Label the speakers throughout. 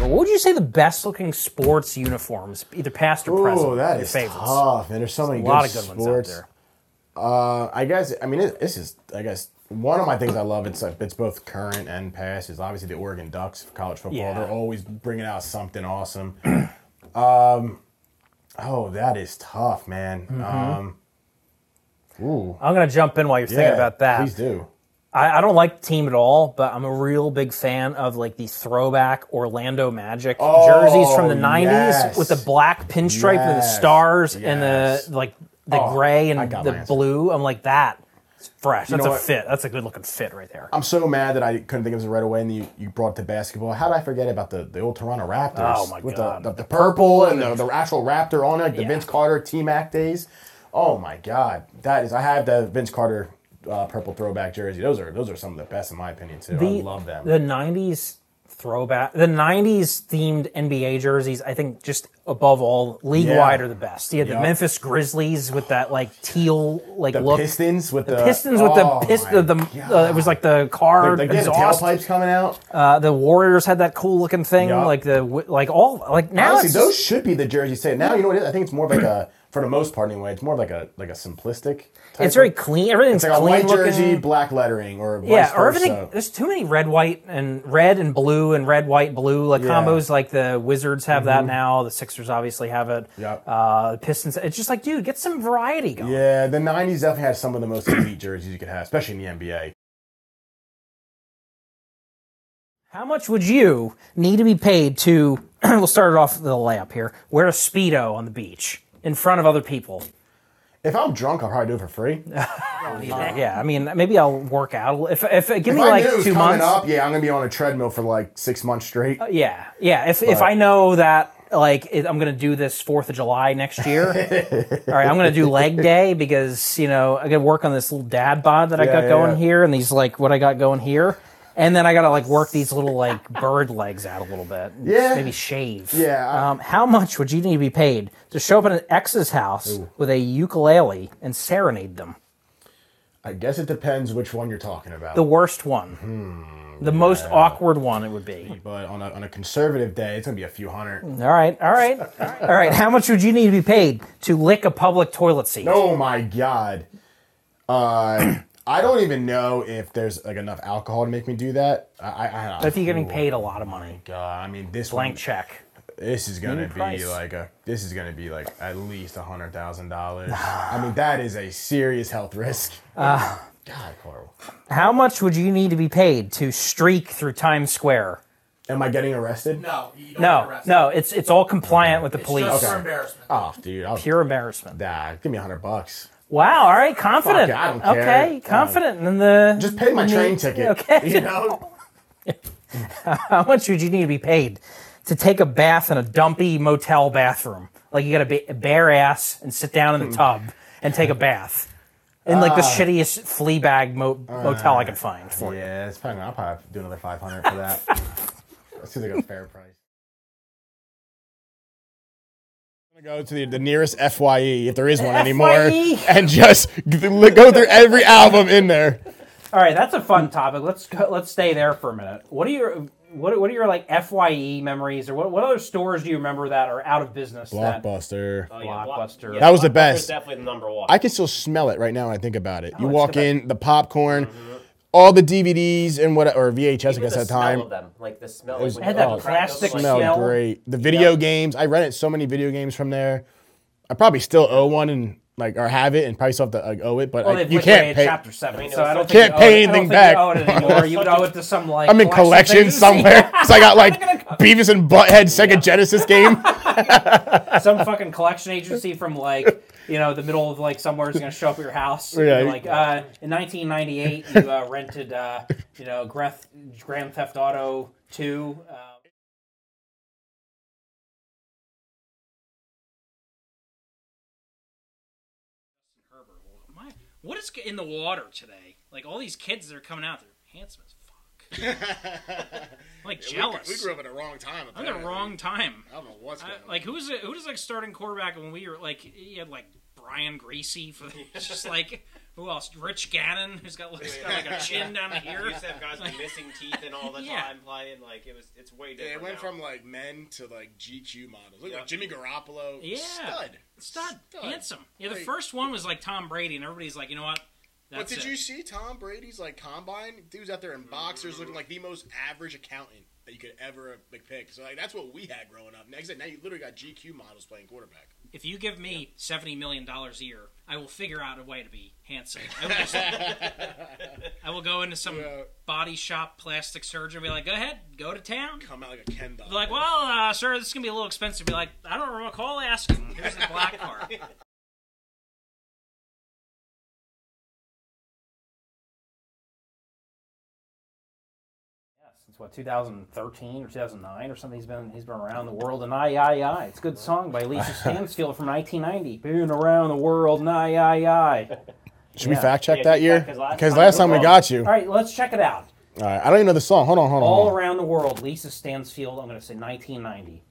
Speaker 1: What would you say the best looking sports uniforms, either past or present?
Speaker 2: Oh, that
Speaker 1: your
Speaker 2: is
Speaker 1: favorites?
Speaker 2: tough. And there's so many
Speaker 1: A
Speaker 2: good,
Speaker 1: lot of good
Speaker 2: sports.
Speaker 1: ones out there.
Speaker 2: Uh, I guess. I mean, it, this is. I guess one of my things I love. It's uh, it's both current and past. Is obviously the Oregon Ducks for college football.
Speaker 1: Yeah.
Speaker 2: They're always bringing out something awesome. um, oh, that is tough, man.
Speaker 1: Mm-hmm.
Speaker 2: Um, ooh,
Speaker 1: I'm gonna jump in while you're thinking
Speaker 2: yeah,
Speaker 1: about that.
Speaker 2: Please do.
Speaker 1: I, I don't like the team at all, but I'm a real big fan of like the throwback Orlando Magic
Speaker 2: Oh,
Speaker 1: jerseys from the '90s
Speaker 2: yes.
Speaker 1: with the black pinstripe and the
Speaker 2: Yes,
Speaker 1: stars and
Speaker 2: yes.
Speaker 1: the like the
Speaker 2: Oh,
Speaker 1: gray and
Speaker 2: I got my
Speaker 1: the
Speaker 2: answer.
Speaker 1: blue. I'm like that. It's fresh. That's
Speaker 2: know
Speaker 1: a
Speaker 2: what?
Speaker 1: fit. That's a good looking fit right there.
Speaker 2: I'm so mad that I couldn't think of it right away, and you, you brought it to basketball. How did I forget about the, the old Toronto Raptors?
Speaker 1: Oh, my
Speaker 2: with
Speaker 1: God.
Speaker 2: The, the, the purple and the, the actual Raptor on it, like the
Speaker 1: Yeah.
Speaker 2: Vince Carter T Mac days. Oh my God, that is! I have the Vince Carter uh, purple throwback jersey. Those are those are some of the best in my opinion too. I love them.
Speaker 1: The '90s throwback, the '90s themed NBA jerseys. I think just above all, league wide
Speaker 2: Yeah.
Speaker 1: are the best. You had
Speaker 2: Yep.
Speaker 1: the Memphis Grizzlies with that like teal like
Speaker 2: the
Speaker 1: look.
Speaker 2: Pistons with the,
Speaker 1: Pistons with
Speaker 2: oh
Speaker 1: the piston, the,
Speaker 2: my
Speaker 1: the uh, it was like the car
Speaker 2: God. like they had the
Speaker 1: exhaust.
Speaker 2: tailpipes coming out.
Speaker 1: Uh, the Warriors had that cool looking thing,
Speaker 2: Yeah.
Speaker 1: like the wi- like all like now
Speaker 2: Honestly,
Speaker 1: it's
Speaker 2: those should be the jerseys. Say now, you know what? It is? I think it's more of like a, for the most part anyway, it's more of like a like a simplistic. Type
Speaker 1: it's very
Speaker 2: of-
Speaker 1: clean. Everything's
Speaker 2: It's like a
Speaker 1: clean
Speaker 2: white
Speaker 1: looking.
Speaker 2: jersey, black lettering, or vice
Speaker 1: yeah, or
Speaker 2: versa.
Speaker 1: everything. There's too many red, white, and red and blue and red, white, blue like
Speaker 2: Yeah. Mm-hmm.
Speaker 1: combos. Like the Wizards have that now. The Sixers obviously have it.
Speaker 2: Yep.
Speaker 1: Uh, the Pistons. It's just like, dude, get some variety going.
Speaker 2: Yeah, the '90s definitely had some of the most elite jerseys you could have, especially in the NBA.
Speaker 1: How much would you need to be paid to? we'll start it off with the layup here. Wear a speedo on the beach in front of other people.
Speaker 2: If I'm drunk, I'll probably do it for free. If
Speaker 1: Yeah, I mean, maybe I'll work out. a li- If if give me
Speaker 2: I
Speaker 1: like
Speaker 2: knew it was
Speaker 1: two
Speaker 2: coming
Speaker 1: months. Uh,
Speaker 2: up, yeah, I'm gonna be on a treadmill for like six months straight.
Speaker 1: Yeah, yeah. If if
Speaker 2: But-
Speaker 1: I know that like it, I'm gonna do this Fourth of July next year, all right, I'm gonna do leg day because you know I gotta work on this little dad bod that I
Speaker 2: Yeah,
Speaker 1: got
Speaker 2: yeah,
Speaker 1: going
Speaker 2: yeah.
Speaker 1: here and these like what I got going here, and then I gotta like work these little like bird legs out a little bit. and
Speaker 2: Yeah.
Speaker 1: maybe shave.
Speaker 2: Yeah, I-
Speaker 1: Um, how much would you need to be paid to show up at an ex's house with a ukulele and serenade them?
Speaker 2: I guess it depends which one you're talking about.
Speaker 1: The worst one.
Speaker 2: Hmm,
Speaker 1: the most awkward one it would be.
Speaker 2: but on a, on a conservative day, it's gonna be a few hundred.
Speaker 1: All right, all right, all right. How much would you need to be paid to lick a public toilet seat?
Speaker 2: Oh my god. Uh, I don't even know if there's like enough alcohol to make me do that. I, I, I
Speaker 1: If you're getting paid a lot of money,
Speaker 2: God, I mean this
Speaker 1: blank
Speaker 2: one,
Speaker 1: check.
Speaker 2: This is gonna be
Speaker 1: price.
Speaker 2: like a. This is gonna be like at least a hundred thousand dollars. I mean, that is a serious health risk.
Speaker 1: Uh.
Speaker 2: God, Carl,
Speaker 1: How much would you need to be paid to streak through Times Square?
Speaker 2: am I getting arrested?
Speaker 3: No, you don't get
Speaker 1: No,
Speaker 3: arrested.
Speaker 1: no, it's it's all compliant with the
Speaker 3: It's
Speaker 1: police.
Speaker 3: just for embarrassment.
Speaker 4: Uh,
Speaker 2: Oh, dude, I'll,
Speaker 1: Pure embarrassment.
Speaker 2: nah, give me a hundred bucks.
Speaker 1: Wow. All right, confident.
Speaker 2: Fuck it, I don't care.
Speaker 1: okay,
Speaker 2: Um,
Speaker 1: confident. And the
Speaker 2: Just pay my train ticket.
Speaker 1: Okay.
Speaker 2: you know.
Speaker 1: how much would you need to be paid to take a bath in a dumpy motel bathroom? Like you got to be bare ass and sit down
Speaker 2: Hmm.
Speaker 1: in the tub and take a bath in like
Speaker 2: Ah.
Speaker 1: the shittiest flea bag mo- motel I can find. For you.
Speaker 2: Yeah, it's probably. I'll probably do another five hundred for that. Let's see if they got a fair price. I'm gonna Go to the, the nearest FYE if there is
Speaker 1: E?
Speaker 2: one anymore,
Speaker 1: FYE?
Speaker 2: and just go through every album in there.
Speaker 1: All right, that's a
Speaker 2: Hmm.
Speaker 1: fun topic. Let's go- let's stay there for a minute. What are your what, are- what are your like Fye memories or what, what other stores do you remember that are out of business? that-
Speaker 2: Blockbuster.
Speaker 4: Oh, yeah, Block-
Speaker 1: Blockbuster.
Speaker 2: That was the
Speaker 4: Blockbuster's
Speaker 2: best.
Speaker 4: Definitely the number one.
Speaker 2: I can still smell it right now when I think about it. you
Speaker 1: it's
Speaker 2: walk
Speaker 1: the
Speaker 2: in, the popcorn,
Speaker 5: Mm-hmm.
Speaker 2: all the DVDs and what or VHS, I
Speaker 4: Even
Speaker 2: guess
Speaker 4: the
Speaker 2: at the
Speaker 4: smell
Speaker 2: time.
Speaker 4: of them, like the smell. Like,
Speaker 2: was-
Speaker 4: when
Speaker 2: Had
Speaker 4: you
Speaker 2: that
Speaker 4: open the
Speaker 1: plastic
Speaker 4: like,
Speaker 2: Smelled
Speaker 1: smell.
Speaker 2: great. The video games, I rented so many video games from there. I probably still owe one and like or have it and probably still have to like, owe it, but
Speaker 1: Well,
Speaker 2: I,
Speaker 1: they've
Speaker 2: you can't
Speaker 1: liquidated
Speaker 2: pay.
Speaker 1: Chapter Seven,
Speaker 4: I mean,
Speaker 1: so I don't
Speaker 4: it's-
Speaker 1: think
Speaker 2: Can't
Speaker 1: you owe it-
Speaker 2: pay
Speaker 1: I don't
Speaker 2: anything
Speaker 1: think you
Speaker 2: back.
Speaker 1: owe it anymore. you would owe it to some like
Speaker 2: I'm in
Speaker 1: collection thing.
Speaker 2: collection somewhere because I got like Beavis and Butthead Sega Genesis game.
Speaker 1: some fucking collection agency from like you know the middle of like somewhere is going to show up at your house.
Speaker 2: Yeah.
Speaker 1: You're like uh, in 1998, you uh, rented uh, you know Greth, Grand Theft Auto Two. Uh, Herbert, well, my- What is in the water today? Like all these kids that are coming out, they're handsome as fuck. I'm, like jealous.
Speaker 2: up at the wrong time.
Speaker 1: I'm in the wrong time.
Speaker 2: I don't know what's
Speaker 1: I- like who's the- who does like starting quarterback when we were like you had like Brian Greasy for just like
Speaker 3: Who else? Rich Gannon, who's got, like, he's got like a chin down
Speaker 4: You
Speaker 3: here.
Speaker 4: used to have guys with missing teeth and all the
Speaker 3: Yeah.
Speaker 4: time playing. Like it was, it's way
Speaker 5: Yeah,
Speaker 4: different.
Speaker 5: it went
Speaker 4: now.
Speaker 5: from like men to like GQ models. Look
Speaker 4: Yeah.
Speaker 5: like Jimmy Garoppolo,
Speaker 3: Yeah.
Speaker 5: stud.
Speaker 3: Stud, handsome. Yeah, the
Speaker 5: Like-
Speaker 3: first one was like Tom Brady, and everybody's like, you know what?
Speaker 5: But
Speaker 3: That's
Speaker 5: did
Speaker 3: it.
Speaker 5: you see Tom Brady's like combine? Dude's out there in boxers, looking like the most average accountant that you could ever like pick. So like that's what we had growing up. Next, now you literally got GQ models playing quarterback.
Speaker 3: if you give me seventy million dollars a year, I will figure out a way to be handsome. I will, just- I will go into some
Speaker 5: Yeah.
Speaker 3: body shop plastic surgery and be like, "Go ahead, go to town."
Speaker 5: Come out like a Ken doll.
Speaker 3: Be like, "Well, uh, sir, this is gonna be a little expensive." Be like, "I don't recall asking." Here's the black card.
Speaker 1: Since what 2013 or 2009 or something, he's been he's been around the world and I I I. It's a good song by Lisa Stansfield from 1990. Been around the world and I I I. Yeah.
Speaker 2: Should we fact check
Speaker 1: Yeah,
Speaker 2: that
Speaker 1: check
Speaker 2: year?
Speaker 1: that, 'cause last
Speaker 2: Because
Speaker 1: time
Speaker 2: last
Speaker 1: we
Speaker 2: time we
Speaker 1: wrong.
Speaker 2: got you.
Speaker 1: All right, let's check it out.
Speaker 2: All right. I don't even know the song. Hold on, hold on.
Speaker 1: All
Speaker 2: hold on.
Speaker 1: around the world, Lisa Stansfield. I'm gonna say 1990.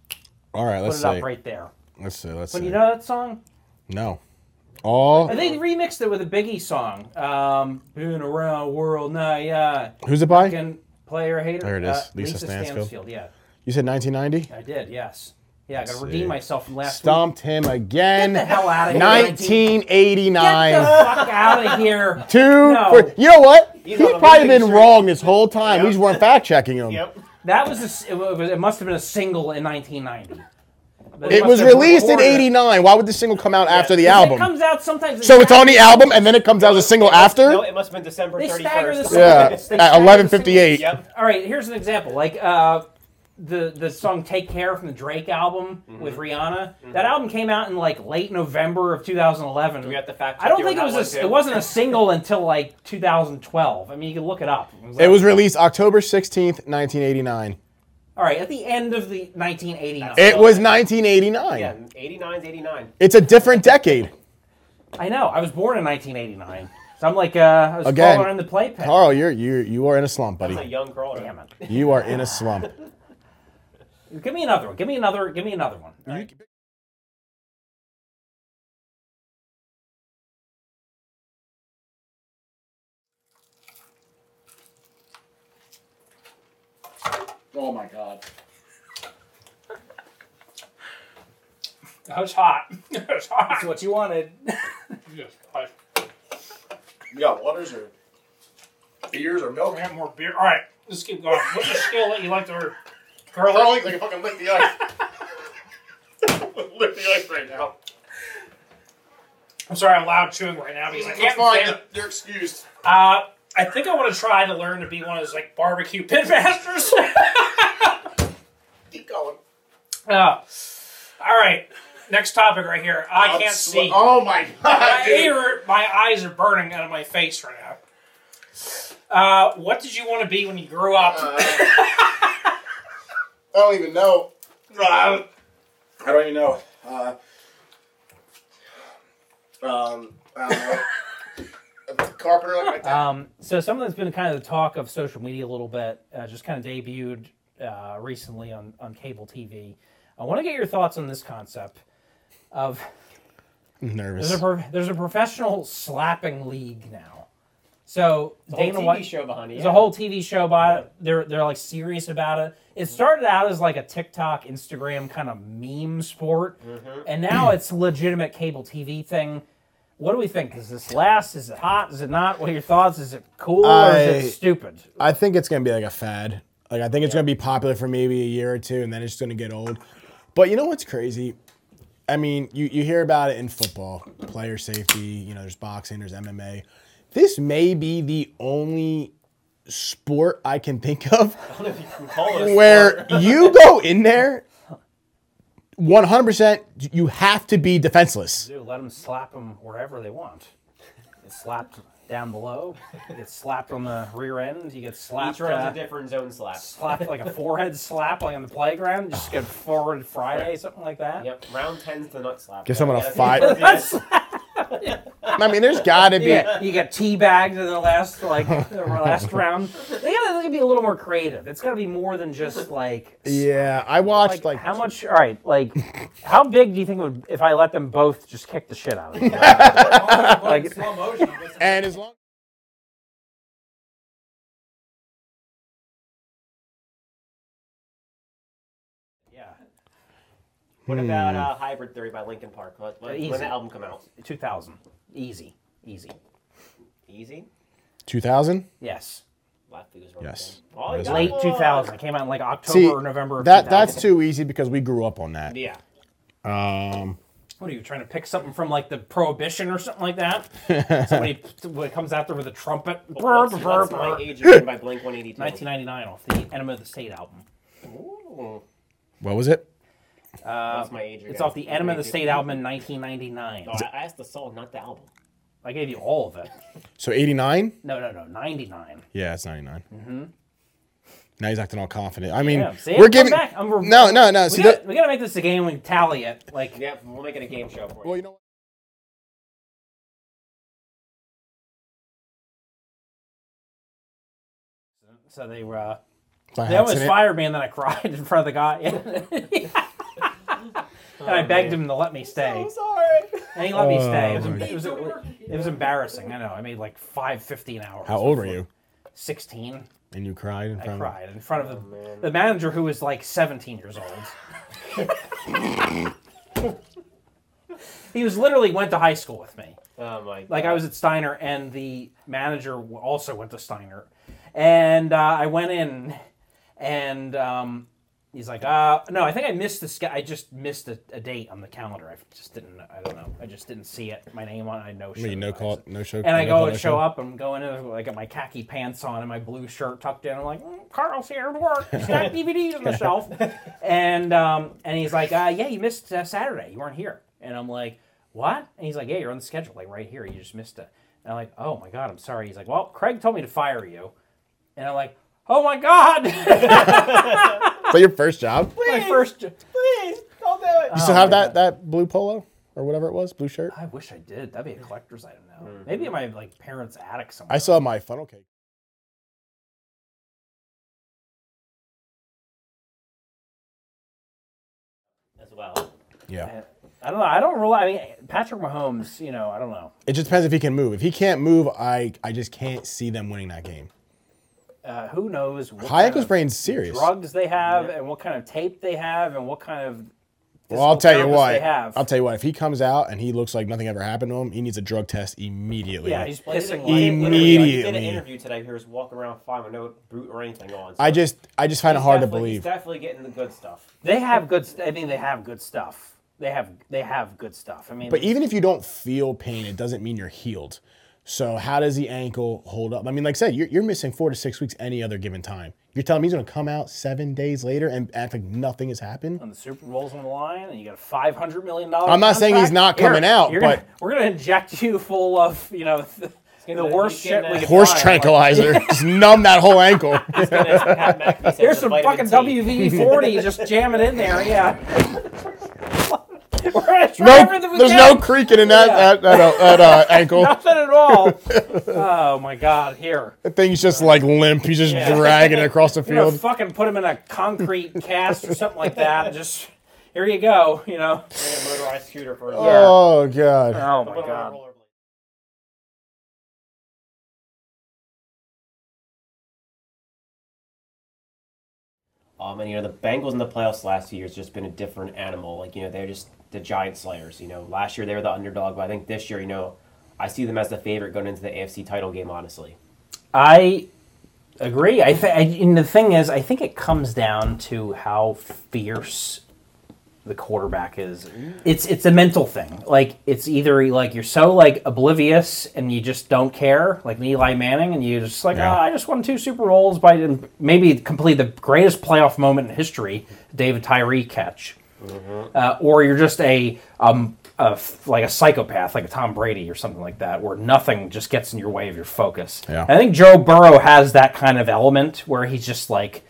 Speaker 2: All right.
Speaker 1: Put
Speaker 2: Let's
Speaker 1: it
Speaker 2: see.
Speaker 1: up right there.
Speaker 2: Let's see. Let's
Speaker 1: But
Speaker 2: see.
Speaker 1: you know that song?
Speaker 2: no.
Speaker 1: I
Speaker 2: All.
Speaker 1: think they remixed it with a Biggie song. Um, been around the world and I I.
Speaker 2: Who's it by?
Speaker 1: Can player hater.
Speaker 2: There it is,
Speaker 1: Uh,
Speaker 2: Lisa Stansfield.
Speaker 1: Yeah,
Speaker 2: You said 1990.
Speaker 1: I did. Yes. Yeah, I gotta
Speaker 2: Let's
Speaker 1: redeem
Speaker 2: see.
Speaker 1: myself from last week.
Speaker 2: Stomped him again.
Speaker 1: Get the hell outta here,
Speaker 2: 1989.
Speaker 1: Get the fuck out of here.
Speaker 2: Two.
Speaker 1: No.
Speaker 2: for- you know what?
Speaker 4: know
Speaker 2: He's
Speaker 4: the
Speaker 2: probably
Speaker 4: losing
Speaker 2: been
Speaker 4: streak.
Speaker 2: wrong this whole time. We just weren't fact checking him.
Speaker 4: Yep.
Speaker 1: That was a s it, was, it must have been a single in 1990. They
Speaker 2: It
Speaker 1: must
Speaker 2: was
Speaker 1: have
Speaker 2: released in
Speaker 1: recorded it.
Speaker 2: '89. Why would the single come out after the
Speaker 1: It
Speaker 2: album?
Speaker 1: comes out sometimes.
Speaker 2: So it's on the album, and then it comes out as a single after.
Speaker 4: No, it must have been December
Speaker 1: They
Speaker 4: thirty
Speaker 1: stagger the
Speaker 4: first.
Speaker 1: song.
Speaker 2: Yeah,
Speaker 1: They
Speaker 2: at
Speaker 1: stagger
Speaker 2: 11:58.
Speaker 1: the singles.
Speaker 4: Yep.
Speaker 1: All right, here's an example. Like uh, the the song "Take Care" from the Drake album
Speaker 4: Mm-hmm.
Speaker 1: with Rihanna. That album came out in like late November of 2011.
Speaker 4: We have to fact.
Speaker 1: I don't
Speaker 4: check
Speaker 1: think
Speaker 4: you
Speaker 1: it
Speaker 4: on
Speaker 1: was a,
Speaker 4: that one, too.
Speaker 1: it wasn't a single until like 2012. I mean, you can look it up.
Speaker 2: It was released October 16th, 1989.
Speaker 1: all right at the end of the 1989.
Speaker 2: It was 1989.
Speaker 4: Yeah, 89's 89.
Speaker 2: It's a different decade.
Speaker 1: I know. I was born in 1989, so I'm like uh, I was
Speaker 2: Again.
Speaker 1: crawling in the playpen.
Speaker 2: Carl, you're you you are in a slump,
Speaker 4: It's a
Speaker 2: buddy.
Speaker 4: young crawler.
Speaker 1: Damn it!
Speaker 2: You are in a slump.
Speaker 1: Give me another one. Give me another. Give me another one. All right.
Speaker 5: oh my god.
Speaker 1: That was hot. That was hot. That's what you wanted.
Speaker 5: You got waters or beers or milk?
Speaker 3: have more beer. All right, let's keep going. What's the skill that you like to hear? Girl,
Speaker 5: Carly, like fucking lick the ice. lick the ice right now.
Speaker 3: I'm sorry, I'm loud chewing right now because I
Speaker 5: It's
Speaker 3: can't.
Speaker 5: fine. You're excused.
Speaker 3: Uh, I think I want to try to learn to be one of those like barbecue pitmasters.
Speaker 5: Keep going.
Speaker 3: uh, all right, next topic right here. I
Speaker 5: I'm
Speaker 3: can't
Speaker 5: swe-
Speaker 3: see.
Speaker 5: Oh my
Speaker 3: my,
Speaker 5: god, dude.
Speaker 3: ear, my eyes are burning out of my face right now. Uh, what did you want to be when you grew up?
Speaker 5: Uh, I don't even know. Uh, I don't even know. Uh, um, I don't know. A Carpenter like my dad.
Speaker 1: Um, so something that's been kind of the talk of social media a little bit, uh, just kind of debuted uh, recently on, on cable TV. I want to get your thoughts on this concept of
Speaker 2: I'm
Speaker 1: there's a,
Speaker 2: nervous.
Speaker 1: pro- there's a professional slapping league now. So
Speaker 4: Whole
Speaker 1: Dana
Speaker 4: TV
Speaker 1: White,
Speaker 4: show behind it.
Speaker 1: there's a whole TV show about it. They're they're like serious about it. It started out as like a TikTok, Instagram kind of meme sport,
Speaker 4: Mm-hmm.
Speaker 1: and now it's a legitimate cable TV thing. What do we think? Does this last? Is it hot? Is it not? What are your thoughts? Is it cool or is
Speaker 2: I-
Speaker 1: it stupid?
Speaker 2: I think it's gonna be like a fad. Like I think it's gonna be popular for maybe a year or two, and then it's gonna get old. But you know what's crazy? I mean, you, you hear about it in football, player safety. You know, there's boxing, there's MMA. This may be the only sport I can think of
Speaker 4: I don't know if you can call it a
Speaker 2: where you go in there 100% you have to be defenseless
Speaker 1: do. Let them slap them wherever they want. Get slapped down below. You get slapped on the rear end. You get
Speaker 4: slap.
Speaker 1: slapped.
Speaker 4: Each round's
Speaker 1: Uh,
Speaker 4: a different zone slap.
Speaker 1: slapped like a forehead slap, like on the playground. Just get forward Friday, something like that.
Speaker 4: Yep, round 10's the nut slap.
Speaker 2: Give someone a
Speaker 4: Yeah, that's-
Speaker 2: five-
Speaker 4: yeah.
Speaker 1: That's-
Speaker 2: I mean, there's got to be.
Speaker 1: Yeah, you got tea bags in the last like the last round. They gotta, they gotta be a little more creative. It's gotta be more than just like s-
Speaker 2: Yeah, I watched
Speaker 1: like,
Speaker 2: like,
Speaker 1: how much. All right, like how big do you think it would if I let them both just kick the shit out of you? like
Speaker 6: Slow motion.
Speaker 2: and as long
Speaker 1: yeah,
Speaker 2: Hmm.
Speaker 4: What about uh, Hybrid Theory by Linkin Park? When, when,
Speaker 1: Easy.
Speaker 4: when the album come out?
Speaker 1: two thousand, easy, easy.
Speaker 4: Easy.
Speaker 2: 2000.
Speaker 1: Yes,
Speaker 4: Left because we're
Speaker 2: Yes.
Speaker 4: okay. Oh, you
Speaker 2: Yes.
Speaker 4: got
Speaker 1: late
Speaker 4: one.
Speaker 1: two thousand. It came out in like October
Speaker 2: See,
Speaker 1: or November. Of
Speaker 2: that that's
Speaker 1: 2000.
Speaker 2: too easy because we grew up on that.
Speaker 1: yeah.
Speaker 2: Um,
Speaker 1: What are you trying to pick something from like the Prohibition or something like that? Somebody p- comes out there with a trumpet.
Speaker 4: What's,
Speaker 1: Burp, burp,
Speaker 4: what's
Speaker 1: burp.
Speaker 4: my age again by Blink 182?
Speaker 1: 1999 off the Enema of the State album.
Speaker 4: Ooh.
Speaker 2: what was it?
Speaker 4: What's my age
Speaker 1: It's
Speaker 4: again?
Speaker 1: off the Enema of the
Speaker 4: 182.
Speaker 1: State album in 1999.
Speaker 4: No,
Speaker 2: Oh.
Speaker 4: I I asked the song, not the album.
Speaker 1: I gave you all of it.
Speaker 2: So 89?
Speaker 1: No, no, no, 99.
Speaker 2: Yeah, it's 99. Mm-hmm. Now he's acting all confident. I mean,
Speaker 1: Yeah, see?
Speaker 2: we're
Speaker 1: I'm
Speaker 2: giving.
Speaker 1: back. I'm re-
Speaker 2: no, no, no.
Speaker 1: We
Speaker 2: See,
Speaker 1: gotta,
Speaker 2: the-
Speaker 1: we gotta make this a game and tally it. Like,
Speaker 4: Yeah, we're making a game show for you.
Speaker 2: well, you know what?
Speaker 1: so they were. Uh,
Speaker 2: By
Speaker 1: they almost
Speaker 2: accident.
Speaker 1: fired me, and then I cried in front of the guy. and
Speaker 2: Oh,
Speaker 1: I begged him to let me stay.
Speaker 4: sorry.
Speaker 1: And he let me stay. It was,
Speaker 2: Oh, my
Speaker 1: it was, it was embarrassing. I know. I made like five fifty an hour.
Speaker 2: How old were you?
Speaker 1: 16.
Speaker 2: And you cried in front
Speaker 1: I
Speaker 2: of-
Speaker 1: cried in front of the, the manager who was like 17 years old. he was literally went to high school with me.
Speaker 4: Oh my.
Speaker 1: Like I was at Steiner, and the manager w- also went to Steiner, and uh, I went in, and um, he's like, uh, "No, I think I missed this guy. I just missed a, a date on the calendar. I just didn't. I don't know. I just didn't see it. My name on. it. I know.
Speaker 2: I mean, no call, no show.
Speaker 1: And I
Speaker 2: no
Speaker 1: go
Speaker 2: call,
Speaker 1: and
Speaker 2: no
Speaker 1: show up. I'm going in. I got my khaki pants on and my blue shirt tucked in. I'm like, mm, Carl's here to work. He's got DVDs on the shelf. And um, and he's like, uh, yeah, you missed uh, Saturday. You weren't here. And I'm like, what? And he's like, yeah, you're on the schedule, like right here. You just missed it. And I'm like, oh my god, I'm sorry. He's like, well, Craig told me to fire you. And I'm like, oh my god,
Speaker 2: But your first job? You
Speaker 1: my first.
Speaker 4: please don't do it.
Speaker 2: still have that that blue polo or whatever it was, blue shirt?
Speaker 1: I wish I did. That'd be a collector's item now. Maybe in my like parents' attic somewhere.
Speaker 2: Hmm. I saw my funnel cake.
Speaker 4: As well.
Speaker 2: Yeah.
Speaker 1: I don't know. I don't really. I mean, Patrick Mahomes. You know, I don't know.
Speaker 2: It just depends if he can move. If he can't move, I I just can't see them winning that game.
Speaker 1: uh, who knows what
Speaker 2: Hayek
Speaker 1: kind
Speaker 2: was
Speaker 1: of
Speaker 2: brain serious.
Speaker 1: drugs they have and what kind of tape they have and what kind of
Speaker 2: Well, I'll
Speaker 1: physical
Speaker 2: tell you
Speaker 1: therapist
Speaker 2: what.
Speaker 1: they have.
Speaker 2: I'll tell you what. If he comes out and he looks like nothing ever happened to him, he needs a drug test immediately.
Speaker 1: yeah, he's
Speaker 4: Like,
Speaker 1: pissing
Speaker 4: literally,
Speaker 1: like
Speaker 4: like, He did an
Speaker 2: Immediately.
Speaker 4: interview today. He was walking around fine with no boot or anything on. so
Speaker 2: I just I just find it
Speaker 4: he's
Speaker 2: hard to
Speaker 4: definitely-
Speaker 2: believe.
Speaker 4: He's definitely getting the good stuff.
Speaker 1: they have good. St- I mean, they have good stuff. They have they have good stuff. I mean,
Speaker 2: But even if you don't feel pain, it doesn't mean you're healed. So how does the ankle hold up? I mean, like I said, you're, you're missing four to six weeks any other given time. You're telling me he's going to come out seven days later and act like nothing has happened?
Speaker 1: when the Super Bowl's on the line and you got a five hundred million dollars.
Speaker 2: I'm not saying he's not coming out, but-
Speaker 1: we're gonna inject you full of you know th- the
Speaker 4: gonna-
Speaker 1: worst
Speaker 4: he's
Speaker 1: shit
Speaker 4: gonna-
Speaker 1: we could
Speaker 2: Horse
Speaker 1: find.
Speaker 2: tranquilizer, just numb that whole ankle.
Speaker 1: Here's some fucking WV forty. Just jam it in there. Yeah. we're gonna try
Speaker 2: No,
Speaker 1: everything we
Speaker 2: there's
Speaker 1: can.
Speaker 2: no creaking in that
Speaker 1: Yeah.
Speaker 2: that, that, uh, that uh, ankle.
Speaker 1: nothing at all. oh my god! Here.
Speaker 2: That thing's just like limp. He's just
Speaker 1: Yeah.
Speaker 2: dragging it across the
Speaker 1: you know,
Speaker 2: field.
Speaker 1: fucking put him in a concrete cast or something like that, and just here you go, you know.
Speaker 4: Motorized scooter for
Speaker 2: Oh god.
Speaker 1: Oh
Speaker 4: Put
Speaker 1: my
Speaker 4: him on a
Speaker 1: god.
Speaker 4: rollerblade. Oh man, you know the Bengals in the playoffs last year has just been a different animal. Like you know they're just the giant slayers. You know last year they were the underdog, but I think this year you know I see them as the favorite going into the AFC title game. Honestly,
Speaker 1: I agree. I, th- I and the thing is, I think it comes down to how fierce the quarterback is. It's it's a mental thing. Like it's either like you're so like oblivious and you just don't care, like Eli Manning, and you just like
Speaker 2: Yeah.
Speaker 1: "Oh, I just won two Super Bowls by maybe complete the greatest playoff moment in history, David Tyree catch, uh, or you're just a um a f like a psychopath, like a Tom Brady or something like that, where nothing just gets in your way of your focus.
Speaker 2: Yeah.
Speaker 1: I think Joe Burrow has that kind of element where he's just like,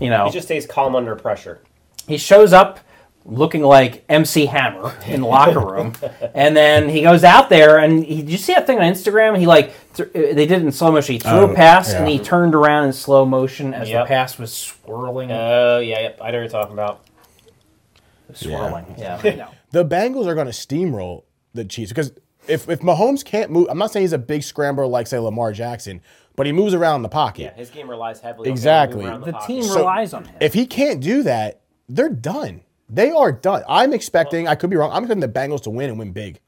Speaker 1: you know,
Speaker 4: he just stays calm under pressure.
Speaker 1: he shows up looking like MC Hammer in the locker room, and then he goes out there and he, did you see that thing on Instagram? He like th- they did it in slow motion. He threw
Speaker 2: Oh,
Speaker 1: a pass and
Speaker 2: yeah.
Speaker 1: he turned around in slow motion as
Speaker 4: Yep.
Speaker 1: the pass was swirling,
Speaker 4: Oh yeah, yep. I know what you're talking about.
Speaker 1: swirling.
Speaker 4: Yeah.
Speaker 1: No.
Speaker 2: the Bengals are going to steamroll the Chiefs because if, if Mahomes can't move, I'm not saying he's a big scrambler like say Lamar Jackson, but he moves around the pocket.
Speaker 4: His game relies heavily.
Speaker 2: Exactly.
Speaker 4: on
Speaker 1: The
Speaker 4: pocket.
Speaker 1: team
Speaker 2: So,
Speaker 1: relies on him.
Speaker 2: If he can't do that, they're done. They are done. I'm expecting. I could be wrong. I'm expecting the Bengals to win and win big.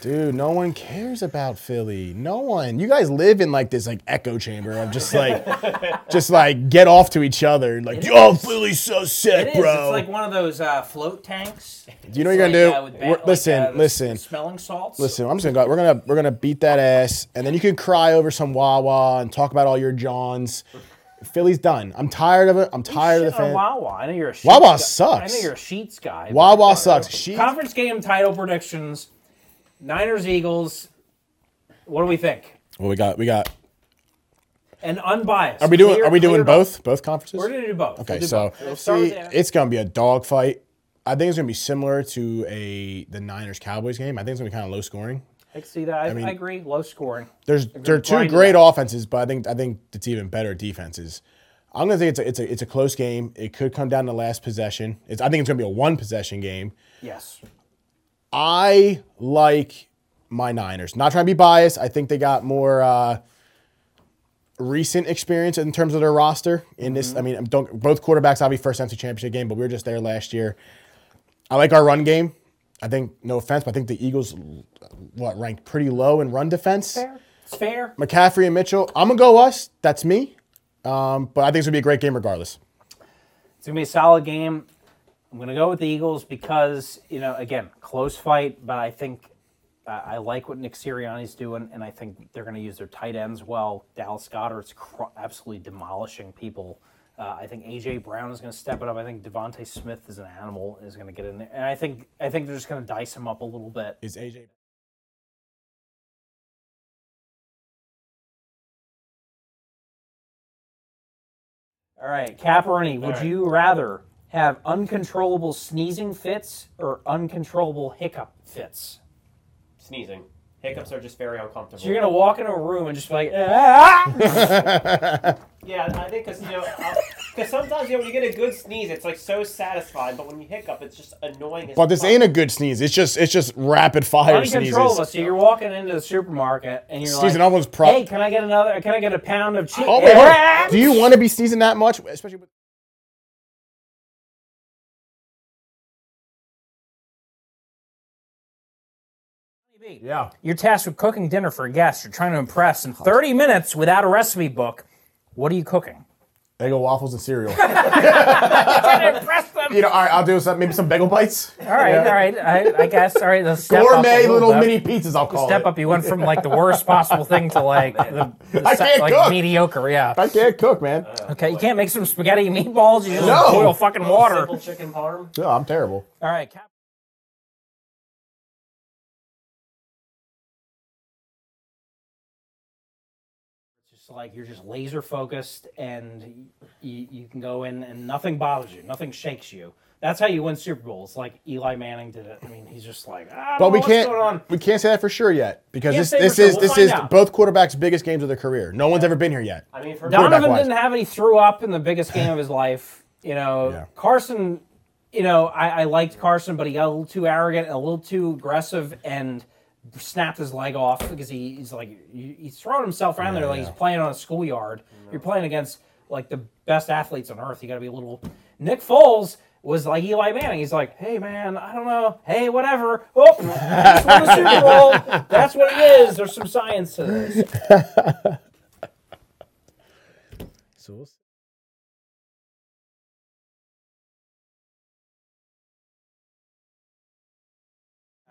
Speaker 2: Dude, no one cares about Philly. No one. You guys live in like this like echo chamber of just like, just like get off to each other. and, Like, oh, Philly's so sick,
Speaker 1: It is.
Speaker 2: bro.
Speaker 1: It's like one of those uh, float tanks.
Speaker 2: do you know what you're gonna
Speaker 1: Like, uh,
Speaker 2: do?
Speaker 1: with
Speaker 2: We're-
Speaker 1: bat-
Speaker 2: listen,
Speaker 1: like, uh, the
Speaker 2: listen.
Speaker 1: Smelling salts.
Speaker 2: Listen, I'm just gonna go. We're gonna we're gonna beat that ass, and then you can cry over some Wawa and talk about all your Johns. Philly's done. I'm tired of it. I'm tired of the
Speaker 1: Shit on
Speaker 2: fan.
Speaker 1: uh, Wawa. I know you're a sheets
Speaker 2: Wawa
Speaker 1: guy.
Speaker 2: sucks.
Speaker 1: I know you're a sheets guy. but-
Speaker 2: Wawa sucks. She
Speaker 1: Conference game title predictions. Niners Eagles. What do we think?
Speaker 2: Well, we got we got.
Speaker 1: And unbiased.
Speaker 2: Are we doing
Speaker 1: Clear-
Speaker 2: are we doing
Speaker 1: cleared up.
Speaker 2: both both conferences?
Speaker 1: We're gonna do both.
Speaker 2: okay,
Speaker 1: We'll do
Speaker 2: so
Speaker 1: both. We'll start
Speaker 2: see,
Speaker 1: with the-
Speaker 2: it's gonna be a dogfight. I think it's gonna be similar to a the Niners Cowboys game. I think it's gonna be kind of low scoring.
Speaker 1: I see that. I, I,
Speaker 2: mean-
Speaker 1: agree. Low scoring.
Speaker 2: There's there are two
Speaker 1: grind it
Speaker 2: great offenses, but I think I think it's even better defenses. I'm gonna think it's a, it's a it's a close game. It could come down to last possession. It's, I think it's gonna be a one possession game.
Speaker 1: Yes.
Speaker 2: I like my Niners. Not trying to be biased. I think they got more uh, recent experience in terms of their roster. In
Speaker 1: Mm-hmm.
Speaker 2: this, I mean, don't, both quarterbacks obviously first NFC Championship game, but we were just there last year. I like our run game. I think no offense, but I think the Eagles what ranked pretty low in run defense.
Speaker 1: Fair. It's fair.
Speaker 2: McCaffrey and Mitchell. I'm gonna go us. That's me. Um, but I think it's gonna be a great game regardless.
Speaker 1: It's gonna be a solid game. I'm gonna go with the Eagles because you know again close fight, but I think uh, I like what Nick Sirianni's doing, and I think they're gonna use their tight ends well. Dallas Goddard's cr- absolutely demolishing people. Uh, I think AJ Brown is gonna step it up. I think Devonte Smith is an animal and is gonna get in there, and I think I think they're just gonna dice him up a little bit.
Speaker 2: Is AJ?
Speaker 1: All right, Caparoni, would you rather have uncontrollable sneezing fits or uncontrollable hiccup fits?
Speaker 4: Sneezing. Hiccups are just very uncomfortable.
Speaker 1: So you're gonna walk into a room and just be like, ah!
Speaker 4: Yeah, I think because you know, because sometimes you know when you get a good sneeze, it's like so satisfying, but when you hiccup, it's just annoying. As
Speaker 2: But this
Speaker 4: fuck.
Speaker 2: ain't a good sneeze. It's just it's just rapid fire
Speaker 1: uncontrollable.
Speaker 2: sneezes.
Speaker 1: So you're walking into the supermarket and you're
Speaker 2: Sneezing
Speaker 1: like,
Speaker 2: almost prop.
Speaker 1: hey, can I get another? Can I get a pound of cheese?
Speaker 2: Oh wait, hold on. do you want to be sneezing that much? Especially with yeah.
Speaker 1: You're tasked with cooking dinner for a guest. You're trying to impress in 30 minutes without a recipe book. What are you cooking?
Speaker 2: Eggo waffles and cereal.
Speaker 1: impress them.
Speaker 2: you know, all right, I'll do some maybe some bagel bites.
Speaker 1: All right, all right. I, I guess. All right, let's step up a
Speaker 2: Gourmet little,
Speaker 1: bit.
Speaker 2: mini pizzas, I'll call
Speaker 1: Step
Speaker 2: it.
Speaker 1: up. You went from like the worst possible thing to like the, the
Speaker 2: I
Speaker 1: se-
Speaker 2: can't
Speaker 1: like
Speaker 2: cook.
Speaker 1: mediocre. Yeah.
Speaker 2: I can't cook, man.
Speaker 1: Okay. You can't make some spaghetti and meatballs. You just
Speaker 2: No.
Speaker 1: boil fucking water.
Speaker 4: Simple chicken parm.
Speaker 2: No, I'm terrible.
Speaker 1: All right. Cap- It's just like you're just laser focused and you, you can go in and nothing bothers you, nothing shakes you. That's how you win Super Bowls. Like Eli Manning did it. I mean, he's just like, I don't
Speaker 2: But
Speaker 1: know
Speaker 2: we
Speaker 1: what's going on.
Speaker 2: can't we can't say that for sure yet because
Speaker 1: Can't
Speaker 2: this
Speaker 1: say for
Speaker 2: this
Speaker 1: sure.
Speaker 2: is
Speaker 1: We'll
Speaker 2: this
Speaker 1: find
Speaker 2: is
Speaker 1: out.
Speaker 2: both quarterbacks' biggest games of their career. No one's ever been here yet.
Speaker 4: I mean, for
Speaker 1: Donovan
Speaker 2: quarterback-wise.
Speaker 1: didn't have any threw up in the biggest game of his life. You know,
Speaker 2: Yeah.
Speaker 1: Carson, you know, I, I liked Carson, but he got a little too arrogant and a little too aggressive and snapped his leg off because he, he's like, he- he's throwing himself around there like he's playing on a schoolyard. You're playing against like the best athletes on earth. You got to be a little. Nick Foles was like Eli Manning. He's like, hey, man, I don't know. Hey, whatever. Oh, we just won the Super Bowl. That's what it is. There's some science to this.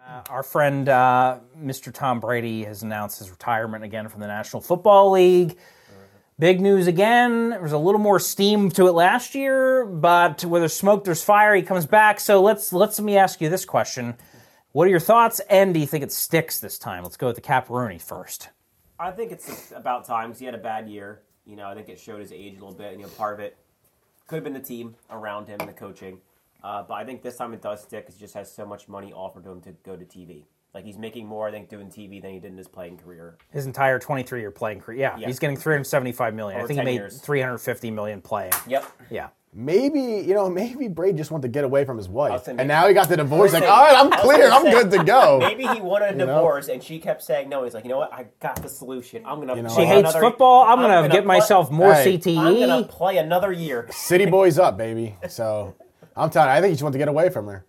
Speaker 1: Uh, our friend uh, Mr. Tom Brady has announced his retirement again from the National Football League. Big news again. There was a little more steam to it last year, but where there's smoke, there's fire. He comes back. So let's let's let me ask you this question: What are your thoughts, and do you think it sticks this time? Let's go with the Caparoni first.
Speaker 4: I think it's about time 'cause he had a bad year. You know, I think it showed his age a little bit. You know, part of it could have been the team around him and the coaching. Uh, but I think this time it does stick because he just has so much money offered to him to go to TV. Like he's making more, I think, doing TV than he did in his playing career.
Speaker 1: His entire 23 year playing career. Yeah,
Speaker 4: Yeah.
Speaker 1: he's getting 375 million. I
Speaker 4: Over
Speaker 1: think he
Speaker 4: 10
Speaker 1: made
Speaker 4: years.
Speaker 1: 350 million playing.
Speaker 4: Yep.
Speaker 1: Yeah.
Speaker 2: Maybe you know, maybe Brady just wanted to get away from his wife,
Speaker 4: was
Speaker 2: and
Speaker 4: thinking-
Speaker 2: now he got the divorce. Like,
Speaker 4: saying-
Speaker 2: all right, I'm
Speaker 4: I was
Speaker 2: clear,
Speaker 4: gonna
Speaker 2: I'm
Speaker 4: say,
Speaker 2: good to go.
Speaker 4: Maybe he wanted a
Speaker 2: Oh. know?
Speaker 4: divorce, and she kept saying no. He's like, you know what? I got the solution. I'm gonna.
Speaker 2: You know,
Speaker 4: play
Speaker 1: He
Speaker 2: She
Speaker 1: hates
Speaker 4: another-
Speaker 1: football. I'm, gonna, get
Speaker 4: play-
Speaker 1: myself more E.
Speaker 2: Hey.
Speaker 4: I'm gonna
Speaker 1: CTE.
Speaker 4: play another year.
Speaker 2: City boys up, baby. So I'm telling you, I think he just wanted to get away from her.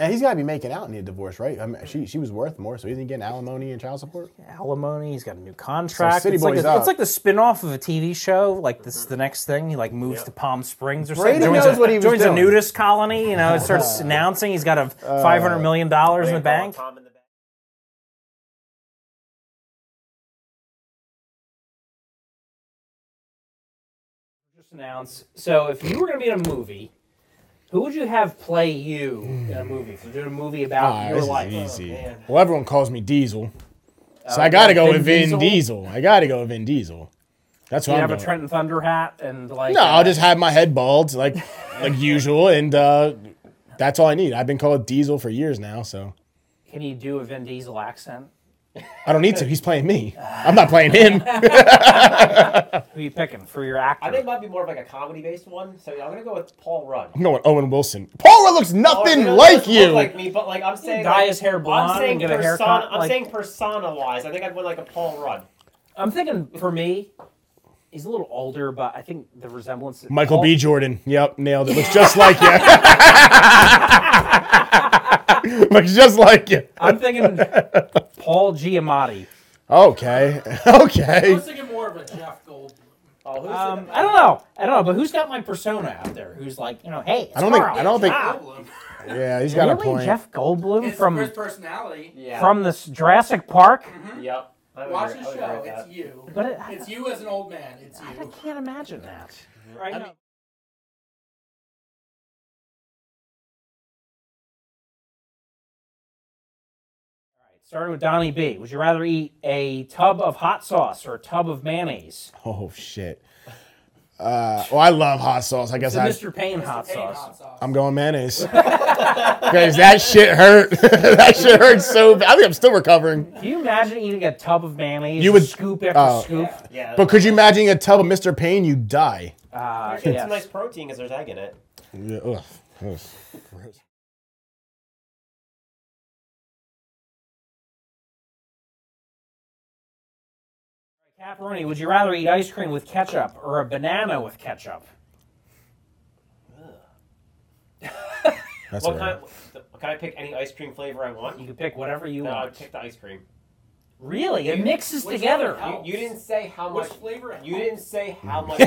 Speaker 2: And he's got to be making out in a divorce, right? I mean, she she was worth more, so he's getting alimony and child support.
Speaker 1: Alimony. He's got a new contract.
Speaker 2: City
Speaker 1: it's, like
Speaker 2: Boy's
Speaker 1: a,
Speaker 2: up.
Speaker 1: it's like the spin off of a TV show. Like this is the next thing. He like moves to Palm Springs or
Speaker 2: Brady
Speaker 1: something.
Speaker 2: knows
Speaker 1: a,
Speaker 2: what he was
Speaker 1: joins
Speaker 2: doing. Uh,
Speaker 1: a nudist colony. You know, it starts announcing he's got a 500 million dollars in the bank.
Speaker 4: Tom in the bank.
Speaker 1: just announce. So, if you were going to be in a movie, who would you have play you in a movie? If you did a movie about
Speaker 2: Ah,
Speaker 1: your
Speaker 2: this
Speaker 1: life,
Speaker 2: is easy.
Speaker 4: Oh, man. Oh,
Speaker 2: well, everyone calls me Diesel, so I got to go
Speaker 1: Vin
Speaker 2: with Vin
Speaker 1: Diesel?
Speaker 2: Diesel? I got to go with Vin Diesel. That's what
Speaker 1: you
Speaker 2: I'm
Speaker 1: have a
Speaker 2: doing.
Speaker 1: Trenton Thunder hat and like.
Speaker 2: No,
Speaker 1: uh,
Speaker 2: I'll just have my head bald like like usual, and uh, that's all I need. I've been called Diesel for years now, so
Speaker 1: Can you do a Vin Diesel accent?
Speaker 2: I don't need to. He's playing me. I'm not playing him.
Speaker 1: Who you picking for your actor?
Speaker 4: I think it might be more of like a comedy based one. So I'm gonna go with Paul Rudd.
Speaker 2: I'm going Owen Wilson. Paul Rudd looks nothing
Speaker 4: Paul Rudd
Speaker 2: like
Speaker 4: doesn't
Speaker 2: you.
Speaker 4: Look like me, but like I'm saying,
Speaker 1: dye
Speaker 4: like,
Speaker 1: his hair blonde
Speaker 4: I'm saying
Speaker 1: and get a
Speaker 4: persona,
Speaker 1: haircut,
Speaker 4: I'm
Speaker 1: like-
Speaker 4: saying persona wise. I think I'd win like a Paul Rudd.
Speaker 1: I'm thinking for me, he's a little older, but I think the resemblance.
Speaker 2: Michael
Speaker 1: Paul-
Speaker 2: B. Jordan. Yep, nailed it. Looks just like you. looks just like you.
Speaker 1: I'm thinking Paul Giamatti.
Speaker 2: Okay. Okay.
Speaker 6: was thinking more of a Jeff Goldblum.
Speaker 4: Oh, who's
Speaker 1: Um, I don't know. I don't know, but who's got my persona out there? Who's like, you know, hey, it's
Speaker 2: I don't think.
Speaker 1: Carl.
Speaker 2: I don't think.
Speaker 1: Ah,
Speaker 6: Goldblum.
Speaker 2: Yeah, he's got a
Speaker 1: really,
Speaker 2: point.
Speaker 1: Jeff Goldblum
Speaker 6: It's
Speaker 1: from
Speaker 6: his personality.
Speaker 4: yeah.
Speaker 1: from this Jurassic Park.
Speaker 4: Yep. I would
Speaker 6: Watch
Speaker 4: agree-
Speaker 6: the
Speaker 4: I
Speaker 6: show.
Speaker 4: would agree with that.
Speaker 6: It's you.
Speaker 1: But it, I,
Speaker 6: It's you as an old man. It's
Speaker 1: I
Speaker 6: you.
Speaker 1: can't imagine that. Right
Speaker 6: I
Speaker 1: now.
Speaker 6: mean-
Speaker 1: Starting with Donnie B. Would you rather eat a tub of hot sauce or a tub of mayonnaise?
Speaker 2: Oh shit. Uh, well, I love hot sauce. I guess
Speaker 1: It's
Speaker 2: I.
Speaker 1: Mr. Payne hot sauce.
Speaker 2: I'm going mayonnaise. Because that shit hurt. that shit hurt so bad. I think I'm still recovering.
Speaker 1: Can you imagine eating a tub of mayonnaise?
Speaker 2: You would-
Speaker 1: scoop after
Speaker 2: oh.
Speaker 1: scoop.
Speaker 4: Yeah.
Speaker 2: But could you imagine a tub of Mr. Payne? You die.
Speaker 1: Uh,
Speaker 4: Actually, it's
Speaker 1: yes.
Speaker 4: some nice protein because there's egg in it.
Speaker 2: Yeah, ugh, ugh, gross.
Speaker 1: Pepperoni. Would you rather eat ice cream with ketchup or a banana with ketchup?
Speaker 2: That's
Speaker 4: What
Speaker 2: what
Speaker 4: kind? Can I pick any ice cream flavor I want?
Speaker 1: You can pick whatever you
Speaker 4: No, I'd
Speaker 1: want.
Speaker 4: pick the ice cream.
Speaker 1: Really, it mixes
Speaker 6: Which
Speaker 1: together.
Speaker 6: one helps?
Speaker 4: You didn't say how
Speaker 6: Which
Speaker 4: much.
Speaker 6: flavor?
Speaker 4: You didn't say how much. I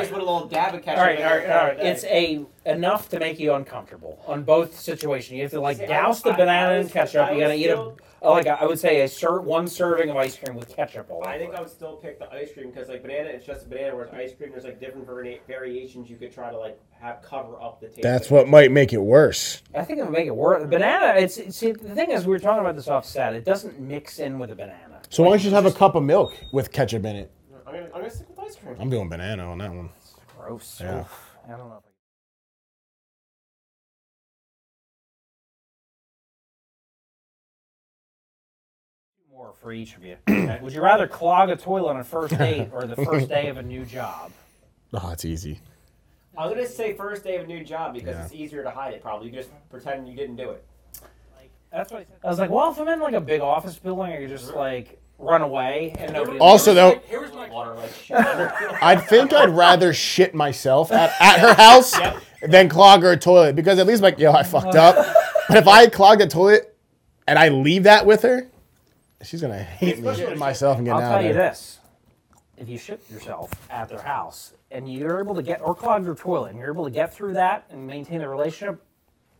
Speaker 4: just put a little dab of ketchup.
Speaker 1: All right,
Speaker 4: in
Speaker 1: all right,
Speaker 4: there.
Speaker 1: all right. It's a enough to make you uncomfortable on both situations. You have to like douse the banana in ketchup. You gotta eat a oh, like I would say a ser- one serving of ice cream with ketchup. All
Speaker 4: I
Speaker 1: over
Speaker 4: think I
Speaker 1: it.
Speaker 4: would still pick the ice cream because like banana, it's just a banana. Whereas ice cream, there's like different vari- variations you could try to like have cover up the taste.
Speaker 2: That's
Speaker 4: of
Speaker 2: what might make it worse.
Speaker 1: I think it would make it worse. Banana. It's see the thing is we were talking about this off set. It doesn't mix in with a banana.
Speaker 2: So why don't you just have a cup of milk with ketchup in it?
Speaker 4: it. I'm gonna, I'm gonna stick with ice cream.
Speaker 2: I'm doing banana on that one.
Speaker 1: Gross.
Speaker 2: Yeah.
Speaker 1: Oof. I don't know. More for each of you. Okay. Would you rather clog a toilet on a first date or the first day of a new job?
Speaker 2: Oh, it's easy.
Speaker 4: I'm gonna say first day of a new job because
Speaker 2: Yeah.
Speaker 4: it's easier to hide it. Probably you just pretend you didn't do it.
Speaker 1: That's what I, said. I was like. Well, if I'm in like a big office building, I could just like run away and nobody.
Speaker 2: Also,
Speaker 6: Here's
Speaker 2: though-
Speaker 6: my- here's my
Speaker 4: Water like shit. under-
Speaker 2: I think I'd rather shit myself at, at her house than clog her toilet because at least like, yo, I fucked up. But if I clog the toilet and I leave that with her, she's gonna hate me shitting myself and getting
Speaker 1: I'll
Speaker 2: out
Speaker 1: tell
Speaker 2: of
Speaker 1: you
Speaker 2: there.
Speaker 1: this: if you shit yourself at their house and you're able to get or clog your toilet and you're able to get through that and maintain the relationship,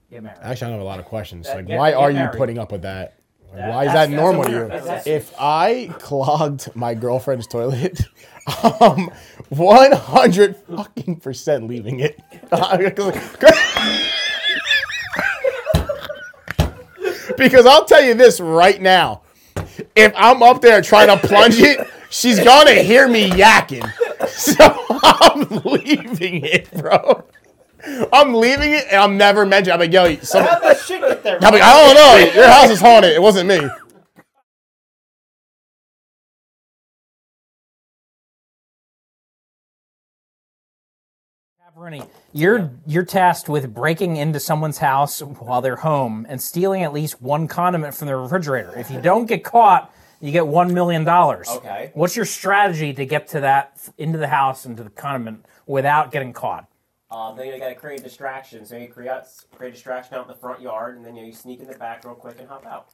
Speaker 1: get married.
Speaker 2: Actually, I know a lot of questions. Like,
Speaker 1: get-
Speaker 2: why
Speaker 1: get
Speaker 2: are you
Speaker 1: married.
Speaker 2: putting up with that? Like,
Speaker 1: That-
Speaker 2: why is
Speaker 1: that's-
Speaker 2: that
Speaker 1: that's
Speaker 2: normal to
Speaker 1: weird.
Speaker 2: you?
Speaker 1: That's-
Speaker 2: If I clogged my girlfriend's toilet, um, one hundred fucking percent leaving it. because I'll tell you this right now, if I'm up there trying to plunge it, she's gonna hear me yakking. So I'm leaving it, bro. I'm leaving it, and I'm never mentioning. I'm like, yo, some,
Speaker 4: How the shit get there?
Speaker 2: I'm like, I don't know. Your house is haunted. It wasn't me.
Speaker 1: Cabrini, you're you're tasked with breaking into someone's house while they're home and stealing at least one condiment from their refrigerator. If you don't get caught, you get one million dollars.
Speaker 4: Okay.
Speaker 1: What's your strategy to get to that into the house into the condiment without getting caught?
Speaker 4: Uh, then you gotta create distraction. So you create create distraction out in the front yard, and then you, know, you sneak in the back real quick and hop out.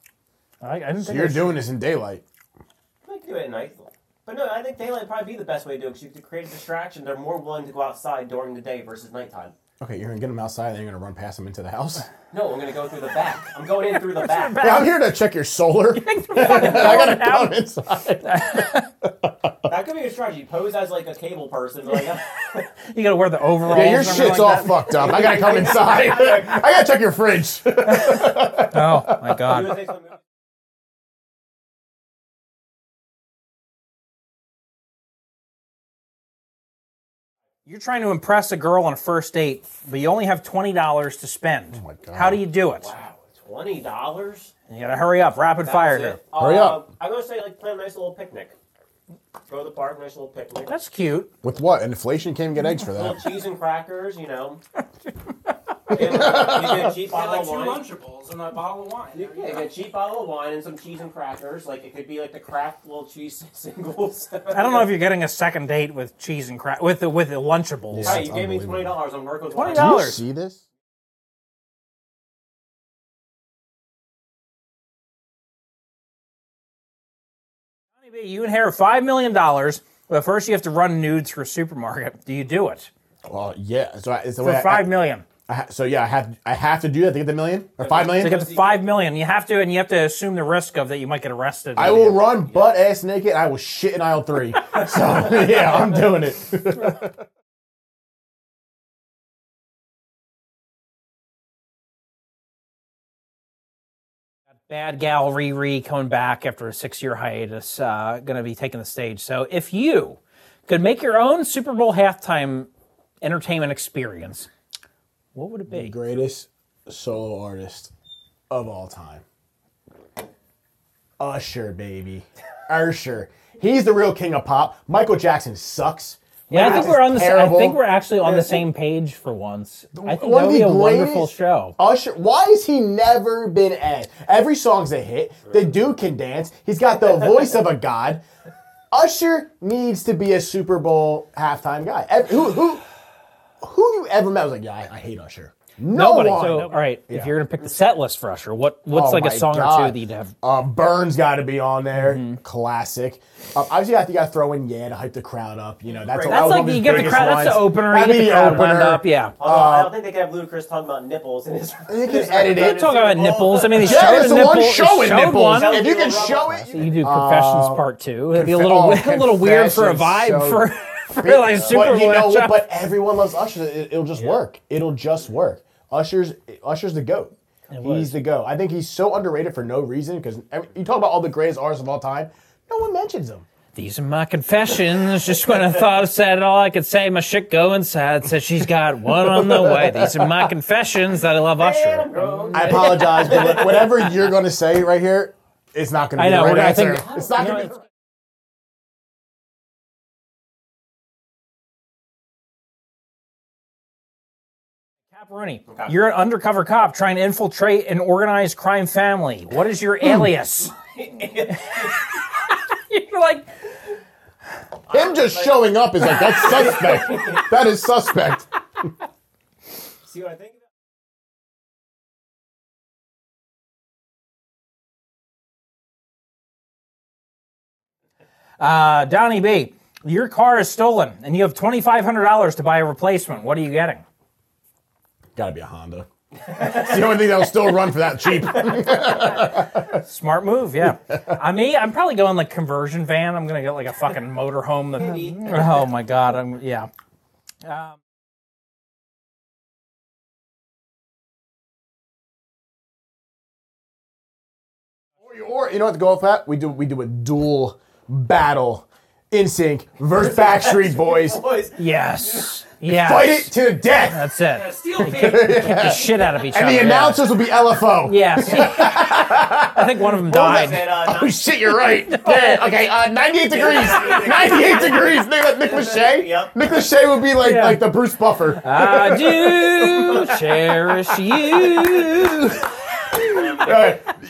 Speaker 1: I, I didn't think I
Speaker 2: You're
Speaker 1: sh-
Speaker 2: doing this in daylight.
Speaker 4: I do it at night. But no, I think daylight would probably be the best way to do it because you can create a distraction. They're more willing to go outside during the day versus nighttime.
Speaker 2: Okay, you're gonna get them outside, and you're gonna run past them into the house.
Speaker 4: No, I'm gonna go through the back. I'm going in through the back.
Speaker 2: Hey, I'm here to check your solar. I gotta come inside.
Speaker 4: That could be a strategy. Pose as like a cable person. Like, "Oh,
Speaker 1: You gotta wear the overalls.
Speaker 2: Yeah, your
Speaker 1: and everything
Speaker 2: shit's all
Speaker 1: like
Speaker 2: fucked up. I gotta come inside. I gotta check your fridge.
Speaker 1: that. Oh my
Speaker 4: I'm gonna
Speaker 1: god.
Speaker 4: take some-
Speaker 1: You're trying to impress a girl on a first date, but you only have twenty dollars to spend. Oh
Speaker 2: my God.
Speaker 1: How do you do it?
Speaker 4: Wow, twenty dollars. Uh,
Speaker 1: You gotta hurry up, rapid fire here.
Speaker 2: Hurry up.
Speaker 4: I'm gonna say like plan a nice little picnic. Go to the park, nice little picnic.
Speaker 1: That's cute.
Speaker 2: With what? Inflation can't get eggs for
Speaker 4: Little
Speaker 2: that.
Speaker 4: cheese and crackers, you know. uh, you get a cheap
Speaker 6: Got
Speaker 4: bottle
Speaker 6: like
Speaker 4: of
Speaker 6: two
Speaker 4: wine.
Speaker 6: Lunchables and a bottle of wine.
Speaker 4: Yeah, you get a cheap bottle of wine and some cheese and crackers. Like it could be like the craft little cheese singles.
Speaker 1: I don't know if you're getting a second date with cheese and crap with the with the Lunchables.
Speaker 2: Yeah.
Speaker 4: Hey, you gave me twenty dollars on Merkel's wine.
Speaker 2: Do you
Speaker 1: $20?
Speaker 2: see this?
Speaker 1: Johnny B, You inherit five million dollars, but first you have to run nude through a supermarket. Do you do it
Speaker 2: Well, yeah. So I, it's the
Speaker 1: for
Speaker 2: way I-
Speaker 1: five million?
Speaker 2: I ha- so yeah, I have I have to do that to get the million or five million.
Speaker 1: To get the five million, you have to, and you have to assume the risk of that you might get arrested.
Speaker 2: I will run butt ass naked. I will shit in aisle three. so yeah, I'm doing it.
Speaker 1: Bad gal Riri coming back after a six-year hiatus, uh, going to be taking the stage. So if you could make your own Super Bowl halftime entertainment experience, what would it be?
Speaker 2: Greatest solo artist of all time, Usher, baby, Usher. He's the real king of pop. Michael Jackson sucks.
Speaker 1: Yeah, I
Speaker 2: Michael
Speaker 1: think we're on the.
Speaker 2: Jackson's
Speaker 1: sa- I
Speaker 2: terrible.
Speaker 1: think we're actually on the same page for once. I think
Speaker 2: One
Speaker 1: that
Speaker 2: of
Speaker 1: would be
Speaker 2: the
Speaker 1: a wonderful
Speaker 2: greatest-
Speaker 1: show.
Speaker 2: Usher, why has he never been asked? Every song's a hit. The dude can dance. He's got the voice of a god. Usher needs to be a Super Bowl halftime guy. Ev- Who who who you ever met was like, yeah, I, I hate Usher. No
Speaker 1: Nobody.
Speaker 2: one.
Speaker 1: So, all right, if you're gonna pick the set list for Usher, what what's
Speaker 2: Oh
Speaker 1: like a
Speaker 2: my
Speaker 1: song or two
Speaker 2: God.
Speaker 1: that you'd have? Mm-hmm.
Speaker 2: Um, Burns got to be on there. Classic. Um, obviously, I think you got to throw in yeah to hype the crowd up. You know, that's,
Speaker 1: That's like you get the crowd. That's the opener. You get the crowd lined up. Yeah.
Speaker 4: Although I don't think they could have Ludacris talking about nipples in his.
Speaker 2: You can edit
Speaker 1: They're
Speaker 2: it.
Speaker 1: talking about nipples. I mean, they
Speaker 2: Yeah,
Speaker 1: showed
Speaker 2: it's
Speaker 1: a
Speaker 2: the
Speaker 1: nipple.
Speaker 2: one
Speaker 1: they
Speaker 2: showing
Speaker 1: showed
Speaker 2: nipples.
Speaker 1: one.
Speaker 2: If you can show it,
Speaker 1: So you do confessions part two. It'd be a little
Speaker 2: confe- oh,
Speaker 1: a little weird for a vibe
Speaker 2: confessions,
Speaker 1: for
Speaker 2: so-
Speaker 1: for like Super Bowl.
Speaker 2: but you know what?
Speaker 1: matchup.
Speaker 2: But everyone loves Usher. It, will just work. It'll just work. Usher's Usher's the goat. He's the goat. I think he's so underrated for no reason because you talk about all the greatest artists of all time. No one mentions him.
Speaker 1: These are my confessions. Just when I thought I said all I could say, my shit go inside. Said she's got one on the way. These are my confessions that I love Usher.
Speaker 2: I apologize, but wha- whatever you're gonna say right here, it's not gonna be
Speaker 1: I know.
Speaker 2: the
Speaker 1: we're
Speaker 2: right
Speaker 1: gonna
Speaker 2: answer.
Speaker 1: think.
Speaker 2: it's not
Speaker 1: you know,
Speaker 2: gonna. be
Speaker 1: it's- Caparoni, you're an undercover cop trying to infiltrate an organized crime family. What is your alias? you're like,
Speaker 2: Him just showing up is like that's suspect. that is suspect.
Speaker 4: See what I think?
Speaker 1: uh, Donnie B, your car is stolen and you have $2,500 to buy a replacement. What are you getting?
Speaker 2: Gotta be a Honda. it's the only thing that'll still run for that cheap.
Speaker 1: Smart move, yeah. I mean, I'm probably going like conversion van. I'm gonna get like a fucking motorhome. That, oh my god, I'm yeah. Um,
Speaker 4: Or
Speaker 2: Or you know what the goal for that? We do we do a dual battle in sync versus Backstreet Boys.
Speaker 6: Boys,
Speaker 1: Yes. Yes.
Speaker 2: Fight it to the death.
Speaker 1: That's it.
Speaker 6: steel paper.
Speaker 1: Kick the shit out of each
Speaker 2: And
Speaker 1: other.
Speaker 2: the announcers will be LFO.
Speaker 1: Yes. I think one of them
Speaker 2: was
Speaker 1: died.
Speaker 4: And, uh,
Speaker 2: Oh shit, you're right. Yeah, okay, uh, 98 degrees. 98 degrees. Nick, Nick Lachey.
Speaker 4: Yep.
Speaker 2: Nick Lachey would be like
Speaker 1: Yeah.
Speaker 2: like the Bruce Buffer.
Speaker 1: I do cherish you.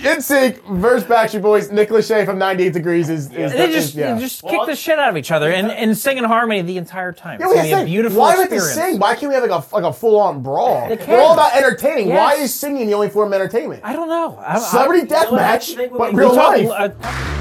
Speaker 2: In sync versus Backstreet Boys. Nick Lachey from 98 degrees is, is,
Speaker 1: They
Speaker 2: is-
Speaker 1: just
Speaker 2: yeah.
Speaker 1: they just kick the shit out of each other and, and sing in harmony the entire time.
Speaker 2: Yeah,
Speaker 1: it's
Speaker 2: we
Speaker 1: gonna be
Speaker 2: have
Speaker 1: a
Speaker 2: to sing.
Speaker 1: beautiful
Speaker 2: Why do we have to
Speaker 1: experience.
Speaker 2: sing? Why can't we have like a like a full on brawl? We're
Speaker 1: can.
Speaker 2: all about entertaining. Why
Speaker 1: Yes.
Speaker 2: is singing the only form of entertainment?
Speaker 1: I don't know. I, I,
Speaker 2: Celebrity
Speaker 6: what I
Speaker 2: deathmatch,
Speaker 6: think would
Speaker 2: but
Speaker 6: be-
Speaker 1: we
Speaker 2: real
Speaker 1: talk-
Speaker 2: life.
Speaker 1: uh,